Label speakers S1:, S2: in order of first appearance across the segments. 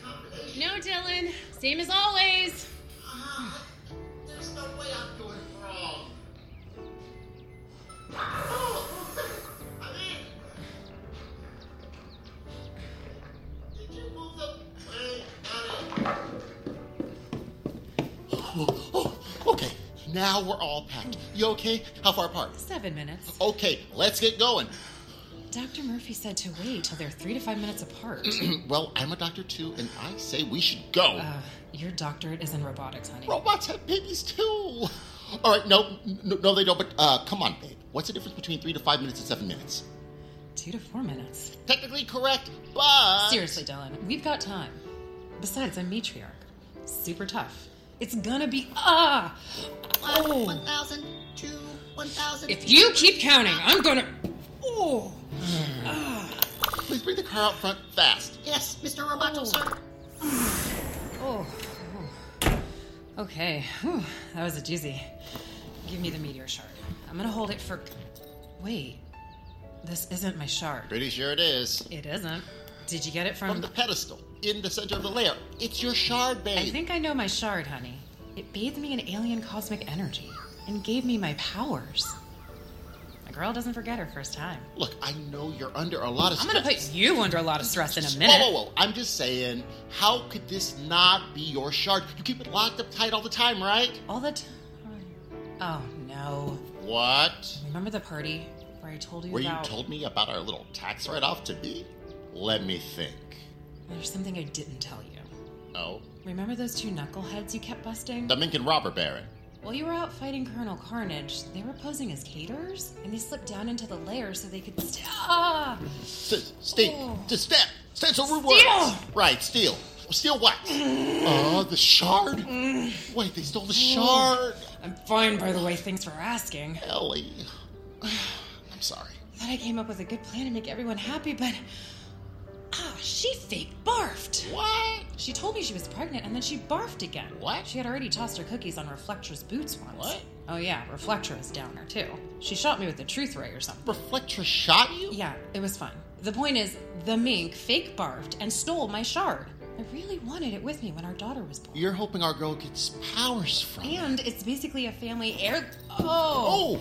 S1: Oh,
S2: No, Dylan. Same as always.
S1: There's no way I'm doing it wrong. I'm in. Did you move the plane out of- Oh, oh, okay, now we're all packed. You okay? How far apart?
S2: Seven minutes.
S1: Okay, let's get going.
S2: Dr. Murphy said to wait till they're three to five minutes apart.
S1: Well, I'm a doctor too, and I say we should go.
S2: uh, your doctorate is in robotics, honey.
S1: Robots have babies too. All right, no, no, no, they don't. But uh, come on, babe. What's the difference between three to five minutes and seven minutes?
S2: Two to four minutes.
S1: Technically correct, but
S2: Seriously, Dylan, we've got time. Besides, I'm matriarch. Super tough. It's gonna be ah.
S3: One
S2: Oh.
S3: thousand two, one thousand.
S2: If you keep counting, I'm gonna. Oh.
S1: please bring the car out front fast.
S3: yes, Mr. Roboto, sir.
S2: Oh. Okay. Whew. That was a doozy. Give me the meteor shard. I'm gonna hold it for. Wait. This isn't my shard.
S1: Pretty sure it is
S2: It isn't. Did you get it
S1: from
S2: from?
S1: the pedestal in the center of the layer. It's your shard, babe.
S2: I think I know my shard, honey. It bathed me in alien cosmic energy and gave me my powers. A girl doesn't forget her first time.
S1: Look, I know you're under a lot of.
S2: I'm gonna
S1: stress.
S2: put you under a lot of stress in a
S1: Whoa,
S2: minute.
S1: whoa, whoa! I'm just saying, how could this not be your shard? You keep it locked up tight all the time, right?
S2: All the time. Oh no!
S1: What?
S2: Remember the party where I told you
S1: Where you
S2: about?
S1: told me about our little tax write-off to be? Let me think.
S2: There's something I didn't tell you.
S1: Oh,
S2: Remember those two knuckleheads you kept busting?
S1: the Minkin robber baron.
S2: While you were out fighting Colonel Carnage, they were posing as caterers, and they slipped down into the lair so they could. St- ah!
S1: S- steal,
S2: Oh.
S1: to step, stencil root
S2: Steal!
S1: words. Right, steal. Steal what? Uh, the shard.
S2: Mm.
S1: Wait, they stole the shard.
S2: I'm fine, by the way. Thanks for asking.
S1: Ellie, I'm sorry.
S2: thought I came up with a good plan to make everyone happy, but. Ah, she fake barfed!
S1: What?
S2: She told me she was pregnant and then she barfed again.
S1: What?
S2: She had already tossed her cookies on Reflector's boots once.
S1: What?
S2: Oh, yeah, Reflector was downer too. She shot me with a truth ray or something.
S1: Reflector shot you?
S2: Yeah, it was fun. The point is, the mink fake barfed and stole my shard. I really wanted it with me when our daughter was born.
S1: You're hoping our girl gets powers from it.
S2: and it's basically a family heir.
S1: Oh,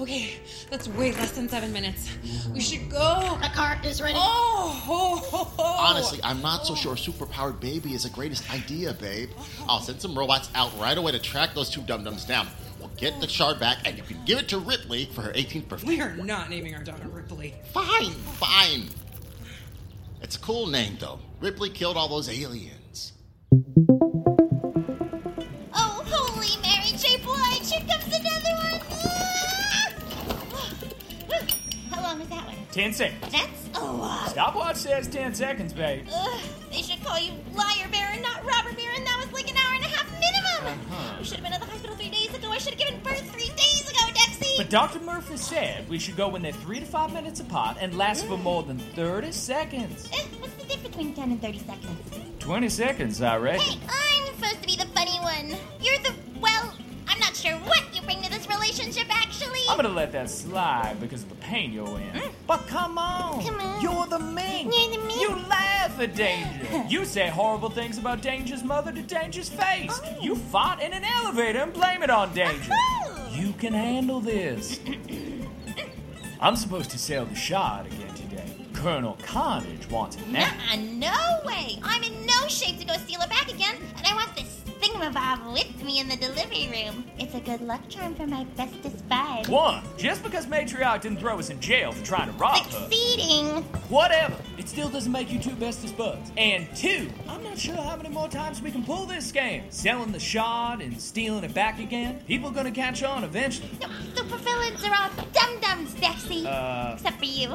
S2: Okay, that's way less than seven minutes. We should go.
S3: The car is ready.
S2: Oh,
S1: honestly, I'm not so sure superpowered baby is the greatest idea, babe. I'll send some robots out right away to track those two dum-dums down. We'll get the shard back, and you can give it to Ripley for her 18th birthday.
S2: We are not naming our daughter Ripley.
S1: Fine, fine. It's a cool name, though. Ripley killed all those aliens.
S3: Oh, holy Mary J. Blige! Here comes another one. How long was that one?
S4: 10 seconds.
S3: That's a lot.
S4: Stopwatch says 10 seconds, babe.
S3: Ugh, they should call you Liar Baron, not Robber Baron. That was like an hour and a half minimum. You should have been at the hospital three days ago. I should have given birth three days ago, Dexy.
S4: But Dr. Murphy said we should go when they're three to five minutes apart and last for more than 30 seconds.
S3: Eh, What's the difference between 10 and 30 seconds?
S4: 20 seconds, I
S3: Hey,
S4: reckon.
S3: I'm supposed to be the funny one. You're the, well, I'm not sure what you bring to this relationship, actually.
S4: I'm gonna let that slide because of the pain you're in. But come on!
S3: Mm. Come on.
S4: You're the mink!
S3: You're the mink.
S4: You laugh at danger! you say horrible things about Danger's mother to Danger's face!
S3: Oh.
S4: You fought in an elevator and blame it on Danger!
S3: Oh.
S4: You can handle this. I'm supposed to sail the shard again today. Colonel Carnage wants it now.
S3: Nuh-uh, no way. I'm in no shape to go steal it back again, and I want this thingamabob with me in the delivery trophy room. It's a good luck charm for my bestest five.
S4: One, just because Matriarch didn't throw us in jail for trying to rob her,
S3: Succeeding!
S4: whatever, it still doesn't make you two bestest buds. And two, I'm not sure how many more times we can pull this scam. Selling the shard and stealing it back again, people gonna catch on eventually.
S3: No, supervillains are all dum-dums, Dexy.
S4: Uh.
S3: Except for you.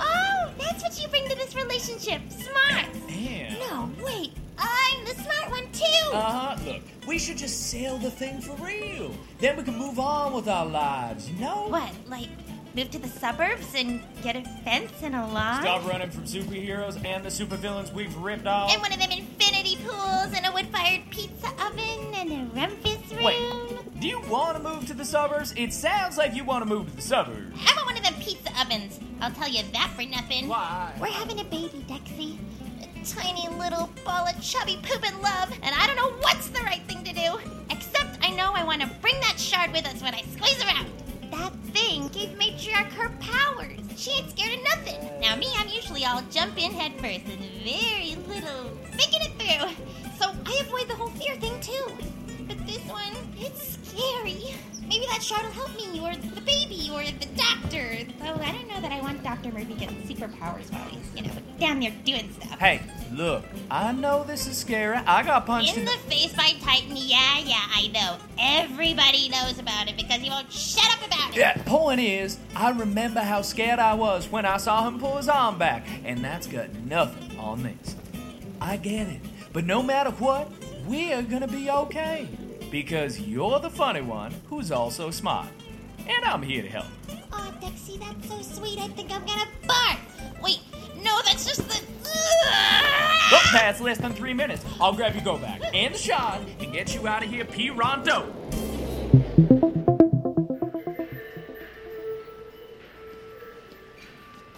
S3: Oh, that's what you bring to this relationship. Smart.
S4: Damn.
S3: No, wait. I'm the smart one, too.
S4: Uh huh. Look, we should just sell the thing for real. Then we can move on with our lives, you know?
S3: what, like, move to the suburbs and get a fence and a lawn?
S4: Stop running from superheroes and the supervillains we've ripped off.
S3: And one of them infinity pools and a wood-fired pizza oven and a rumpus room.
S4: Wait, do you want to move to the suburbs? It sounds like you want to move to the suburbs.
S3: I want one of them pizza ovens. I'll tell you that for nothing.
S4: Why?
S3: We're having a baby, Dexy. A tiny little ball of chubby poop and love, and I don't know what's the right thing to do. Except I know I want to bring that shard with us when I squeeze her out. That thing gave Matriarch her powers. She ain't scared of nothing. Now, me, I'm usually all jump in head first and very little making it through. So I avoid the whole fear thing, too. But this one, it's scary. Maybe that shard will help me, or the baby, or the doctor. Though I don't know that I want Dr. Murphy getting superpowers while he's, you know, down there doing stuff.
S4: Hey, look, I know this is scary. I got punched
S3: In
S4: in,
S3: the face by Titan, yeah, yeah, I know. Everybody knows about it because he won't shut up about it.
S4: Yeah, point is, I remember how scared I was when I saw him pull his arm back, and that's got nothing on this. I get it, but no matter what, we're gonna be okay. Because you're the funny one who's also smart. And I'm here to help.
S3: Aw, Dexy, that's so sweet. I think I'm gonna barf. Wait, no, that's just the. Ugh!
S4: Look, that's less than three minutes. I'll grab your go bag and the shot and get you out of here, P. Rondo.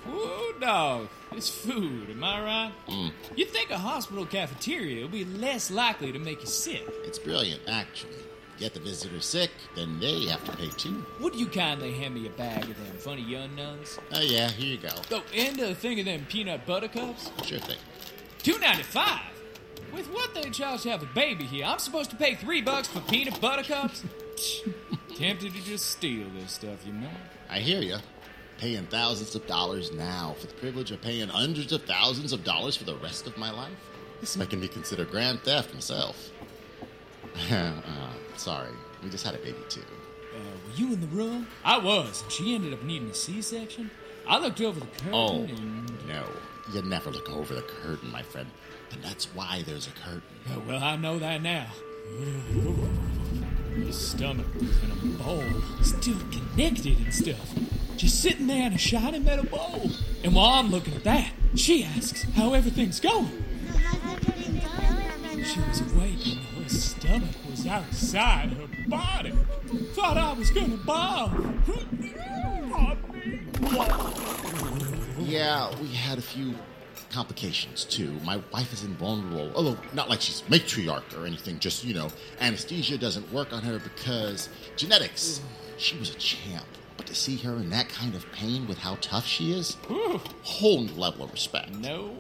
S5: Whoa, dog. It's food, am I right? You'd think a hospital cafeteria would be less likely to make you sick.
S1: It's brilliant, actually. Get the visitor sick, then they have to pay too.
S5: Would you kindly hand me a bag of them funny young nuns?
S1: Oh, yeah, here you go.
S5: Oh, and a thing of them peanut butter cups?
S1: Sure thing.
S5: Two ninety five. With what they charge to have a baby here, I'm supposed to pay three bucks for peanut butter cups? Psh, Tempted to just steal this stuff, you know?
S1: I hear you. Paying thousands of dollars now for the privilege of paying hundreds of thousands of dollars for the rest of my life? This is making me consider grand theft myself. uh, sorry, we just had a baby too.
S5: Uh, were you in the room? I was, and she ended up needing a C-section. I looked over the curtain
S1: Oh,
S5: and...
S1: no. You never look over the curtain, my friend. And that's why there's a curtain.
S5: Oh, well, I know that now. Your stomach was in a bowl, still connected and stuff. Just sitting there in a shiny metal bowl. And while I'm looking at that, she asks how everything's going. She was awake and her stomach was outside her body. Thought I was gonna bomb.
S1: Yeah, we had a few complications too. My wife is invulnerable, although not like she's matriarch or anything, just, you know, anesthesia doesn't work on her because genetics. She was a champ, but to see her in that kind of pain with how tough she is, whole new level of respect.
S5: No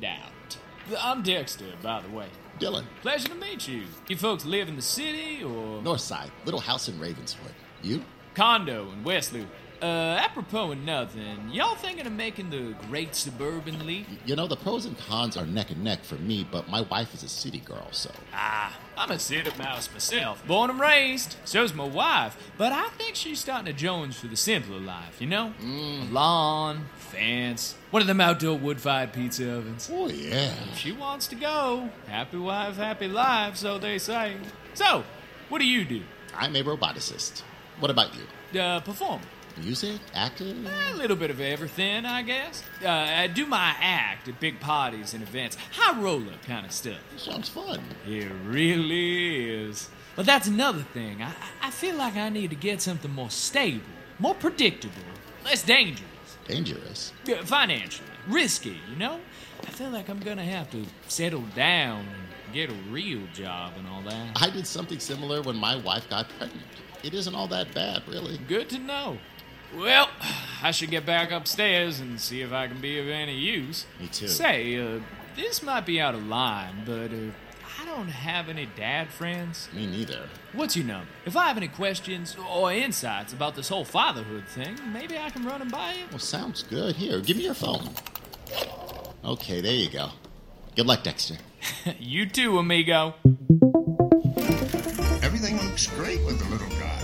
S5: doubt. I'm Dexter, by the way.
S1: Dylan,
S5: Pleasure to meet you. You folks live in the city or
S1: north side, little house in Ravenswood. You?
S5: condo in West Loop? Uh, apropos of nothing, y'all thinking of making the great suburban leap?
S1: You know, the pros and cons are neck and neck for me, but my wife is a city girl, so.
S5: Ah, I'm a city mouse myself, born and raised. So's my wife, but I think she's starting to Jones for the simpler life, you know? Mm. Lawn, fence, one of them outdoor wood-fired pizza ovens.
S1: Oh, yeah.
S5: She wants to go. Happy wife, happy life, so they say. So, what do you do?
S1: I'm a roboticist. What about you?
S5: Uh, perform.
S1: Music? Acting?
S5: A little bit of everything, I guess. Uh, I do my act at big parties and events. High roller kind of stuff.
S1: Sounds fun.
S5: It really is. But that's another thing. I, I feel like I need to get something more stable, more predictable, less dangerous,
S1: Dangerous.
S5: uh, financially, risky, you know? I feel like I'm gonna have to settle down and get a real job and all that.
S1: I did something similar when my wife got pregnant. It isn't all that bad, really.
S5: Good to know. Well, I should get back upstairs and see if I can be of any use.
S1: Me too.
S5: Say, uh, this might be out of line, but uh, I don't have any dad friends.
S1: Me neither.
S5: What's your number? If I have any questions or insights about this whole fatherhood thing, maybe I can run them by you.
S1: Well, Oh, sounds good. Here, give me your phone. Okay, there you go. Good luck, Dexter.
S5: you too, amigo.
S6: Everything looks great with the little guy.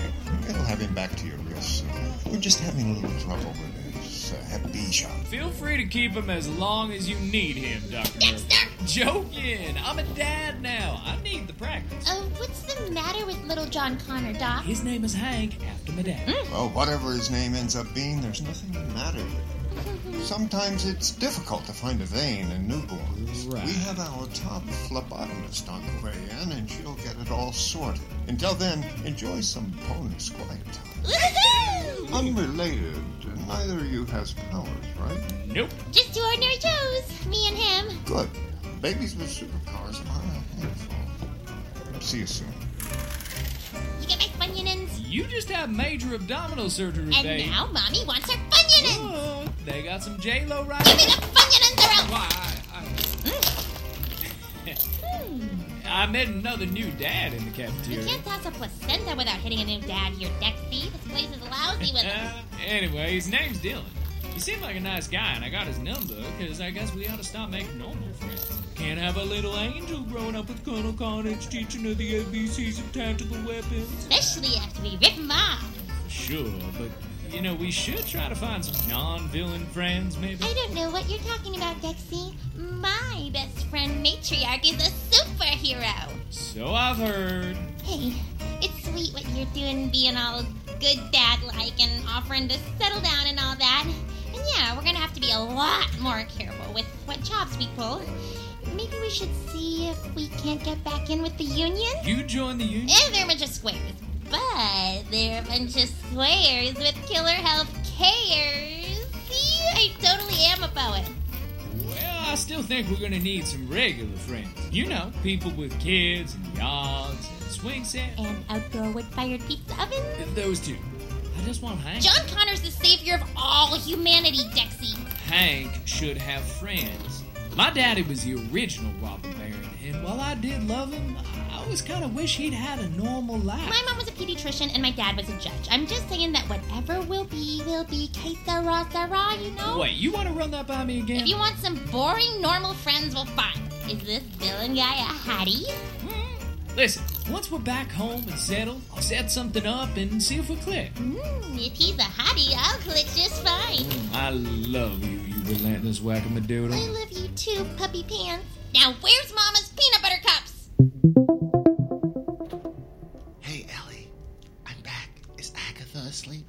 S6: It'll have him back to you real soon. We're just having a little trouble with his uh, bee shop.
S5: Feel free to keep him as long as you need him, Dr. Murphy.
S3: Dexter!
S5: Joking! I'm a dad now. I need the practice.
S3: Uh, what's the matter with little John Connor, Doc?
S5: His name is Hank, after my dad.
S3: Mm.
S6: Well, whatever his name ends up being, there's nothing the matter with it. Sometimes it's difficult to find a vein in newborns.
S5: Right.
S6: We have our top phlebotomist on the way in, and she'll get it all sorted. Until then, enjoy some bonus quiet time.
S3: Woohoo!
S6: Unrelated, neither of you has powers, right?
S5: Nope.
S3: Just two ordinary Joes, me and him.
S6: Good. Babies with superpowers are a handful. See you soon.
S3: You get my Funyunins?
S5: You just have major abdominal surgery
S3: And
S5: babe.
S3: now Mommy wants her Funyunins!
S5: Look, they got some J-Lo
S3: Give me
S5: right
S3: the Funyunins or else!
S5: Why, I, I, I met another new dad in the
S3: Hmm, You
S5: cafeteria.
S3: can't toss a placenta without hitting a new dad here, Dexy. This place is lousy with them.
S5: Uh, anyway, his name's Dylan. He seemed like a nice guy, and I got his number because I guess we ought to stop making normal friends. Can't have a little angel growing up with Colonel Carnage teaching her the ABCs of tactical weapons.
S3: Especially after we rip him off.
S5: Sure, but you know we should try to find some non-villain friends, maybe.
S3: I don't know what you're talking about, Dexy. My best friend, Matriarch, is a superhero.
S5: So I've heard.
S3: Hey, it's sweet what you're doing, being all good dad like and offering to settle down and all that. And yeah, we're gonna have to be a lot more careful with what jobs we pull. Maybe we should see if we can't get back in with the union?
S5: You joined the union.
S3: Eh, they're a bunch of squares. But they're a bunch of squares with killer health cares. See, I totally am a poet.
S5: Well, I still think we're gonna need some regular friends. You know, people with kids and yards and swing sets.
S3: And outdoor wood fired pizza oven.
S5: Those two. I just want Hank.
S3: John Connor's the savior of all humanity, Dexy.
S5: Hank should have friends. My daddy was the original Robin Baron, and while I did love him, I always kind of wish he'd had a normal life.
S3: My mom was a pediatrician and my dad was a judge. I'm just saying that whatever will be, will be. Que sera, sera, you know?
S5: Wait, you want to run that by me again?
S3: If you want some boring, normal friends, we'll find. Is this villain guy a hottie? Mm-hmm.
S5: Listen, once we're back home and settled, I'll set something up and see if we click.
S3: Hmm, if he's a hottie, I'll click just fine.
S5: I love you, you relentless
S3: I
S5: whackamadoodle.
S3: love you too, puppy pants. Now, where's Mama's peanut butter cups?
S1: Hey, Ellie. I'm back. Is Agatha asleep?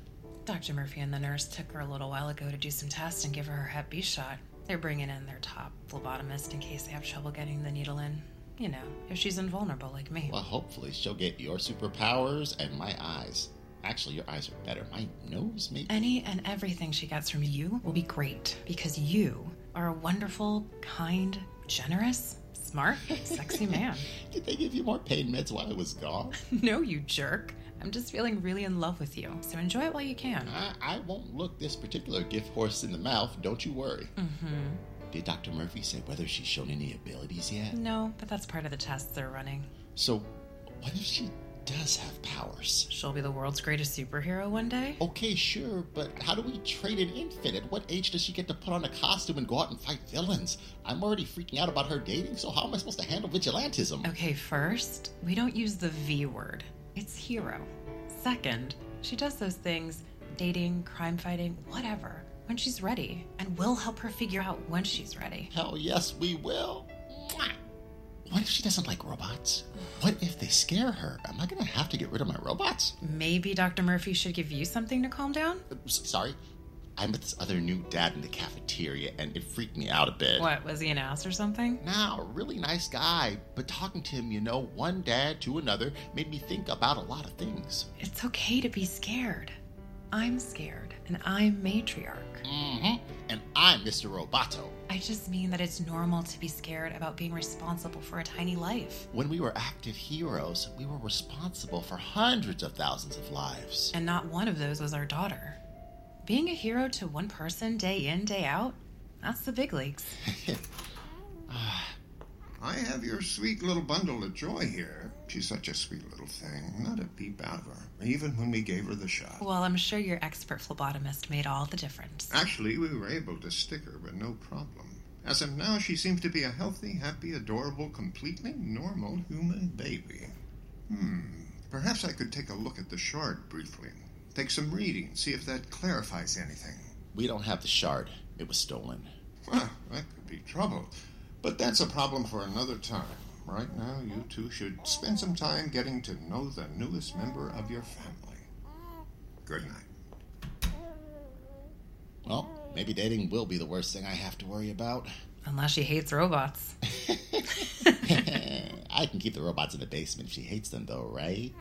S2: Dr. Murphy and the nurse took her a little while ago to do some tests and give her her Hep B shot. They're bringing in their top phlebotomist in case they have trouble getting the needle in. You know, if she's invulnerable like me.
S1: Well, hopefully she'll get your superpowers and my eyes. Actually, your eyes are better. My nose, maybe.
S2: Any and everything she gets from you will be great because you are a wonderful, kind, generous, smart, sexy man.
S1: Did they give you more pain meds while I was gone?
S2: No, you jerk. I'm just feeling really in love with you, so enjoy it while you can.
S1: I, I won't look this particular gift horse in the mouth. Don't you worry. Mm-hmm. Did Dr. Murphy say whether she's shown any abilities yet?
S2: No, but that's part of the tests they're running.
S1: So, what if she does have powers?
S2: She'll be the world's greatest superhero one day.
S1: Okay, sure, but how do we train an infant? At what age does she get to put on a costume and go out and fight villains? I'm already freaking out about her dating, so how am I supposed to handle vigilantism?
S2: Okay, first, we don't use the V word. It's hero. Second, she does those things dating, crime fighting, whatever, when she's ready, and we'll help her figure out when she's ready.
S1: Hell yes, we will. Mwah. What if she doesn't like robots? What if they scare her? Am I gonna have to get rid of my robots?
S2: Maybe Dr. Murphy should give you something to calm down?
S1: Uh, s- Sorry, I met this other new dad in the cafeteria and it freaked me out a bit.
S2: What, was he an ass or something?
S1: Now, a really nice guy, but talking to him, you know, one dad to another made me think about a lot of things.
S2: It's okay to be scared. I'm scared, and I'm matriarch.
S1: Mm-hmm. And I'm Mr. Roboto.
S2: I just mean that it's normal to be scared about being responsible for a tiny life.
S1: When we were active heroes, we were responsible for hundreds of thousands of lives.
S2: And not one of those was our daughter. Being a hero to one person day in, day out, that's the big leagues.
S6: I have your sweet little bundle of joy here. She's such a sweet little thing. Not a peep out of her, even when we gave her the shot.
S2: Well, I'm sure your expert phlebotomist made all the difference.
S6: Actually, we were able to stick her with no problem. As of now, she seems to be a healthy, happy, adorable, completely normal human baby. Hmm. Perhaps I could take a look at the shard briefly. Take some reading, see if that clarifies anything.
S1: We don't have the shard. It was stolen.
S6: Well, that could be trouble. But that's a problem for another time. Right now, you two should spend some time getting to know the newest member of your family. Good night.
S1: Well, maybe dating will be the worst thing I have to worry about.
S2: Unless she hates robots.
S1: Eh, I can keep the robots in the basement if she hates them, though, right?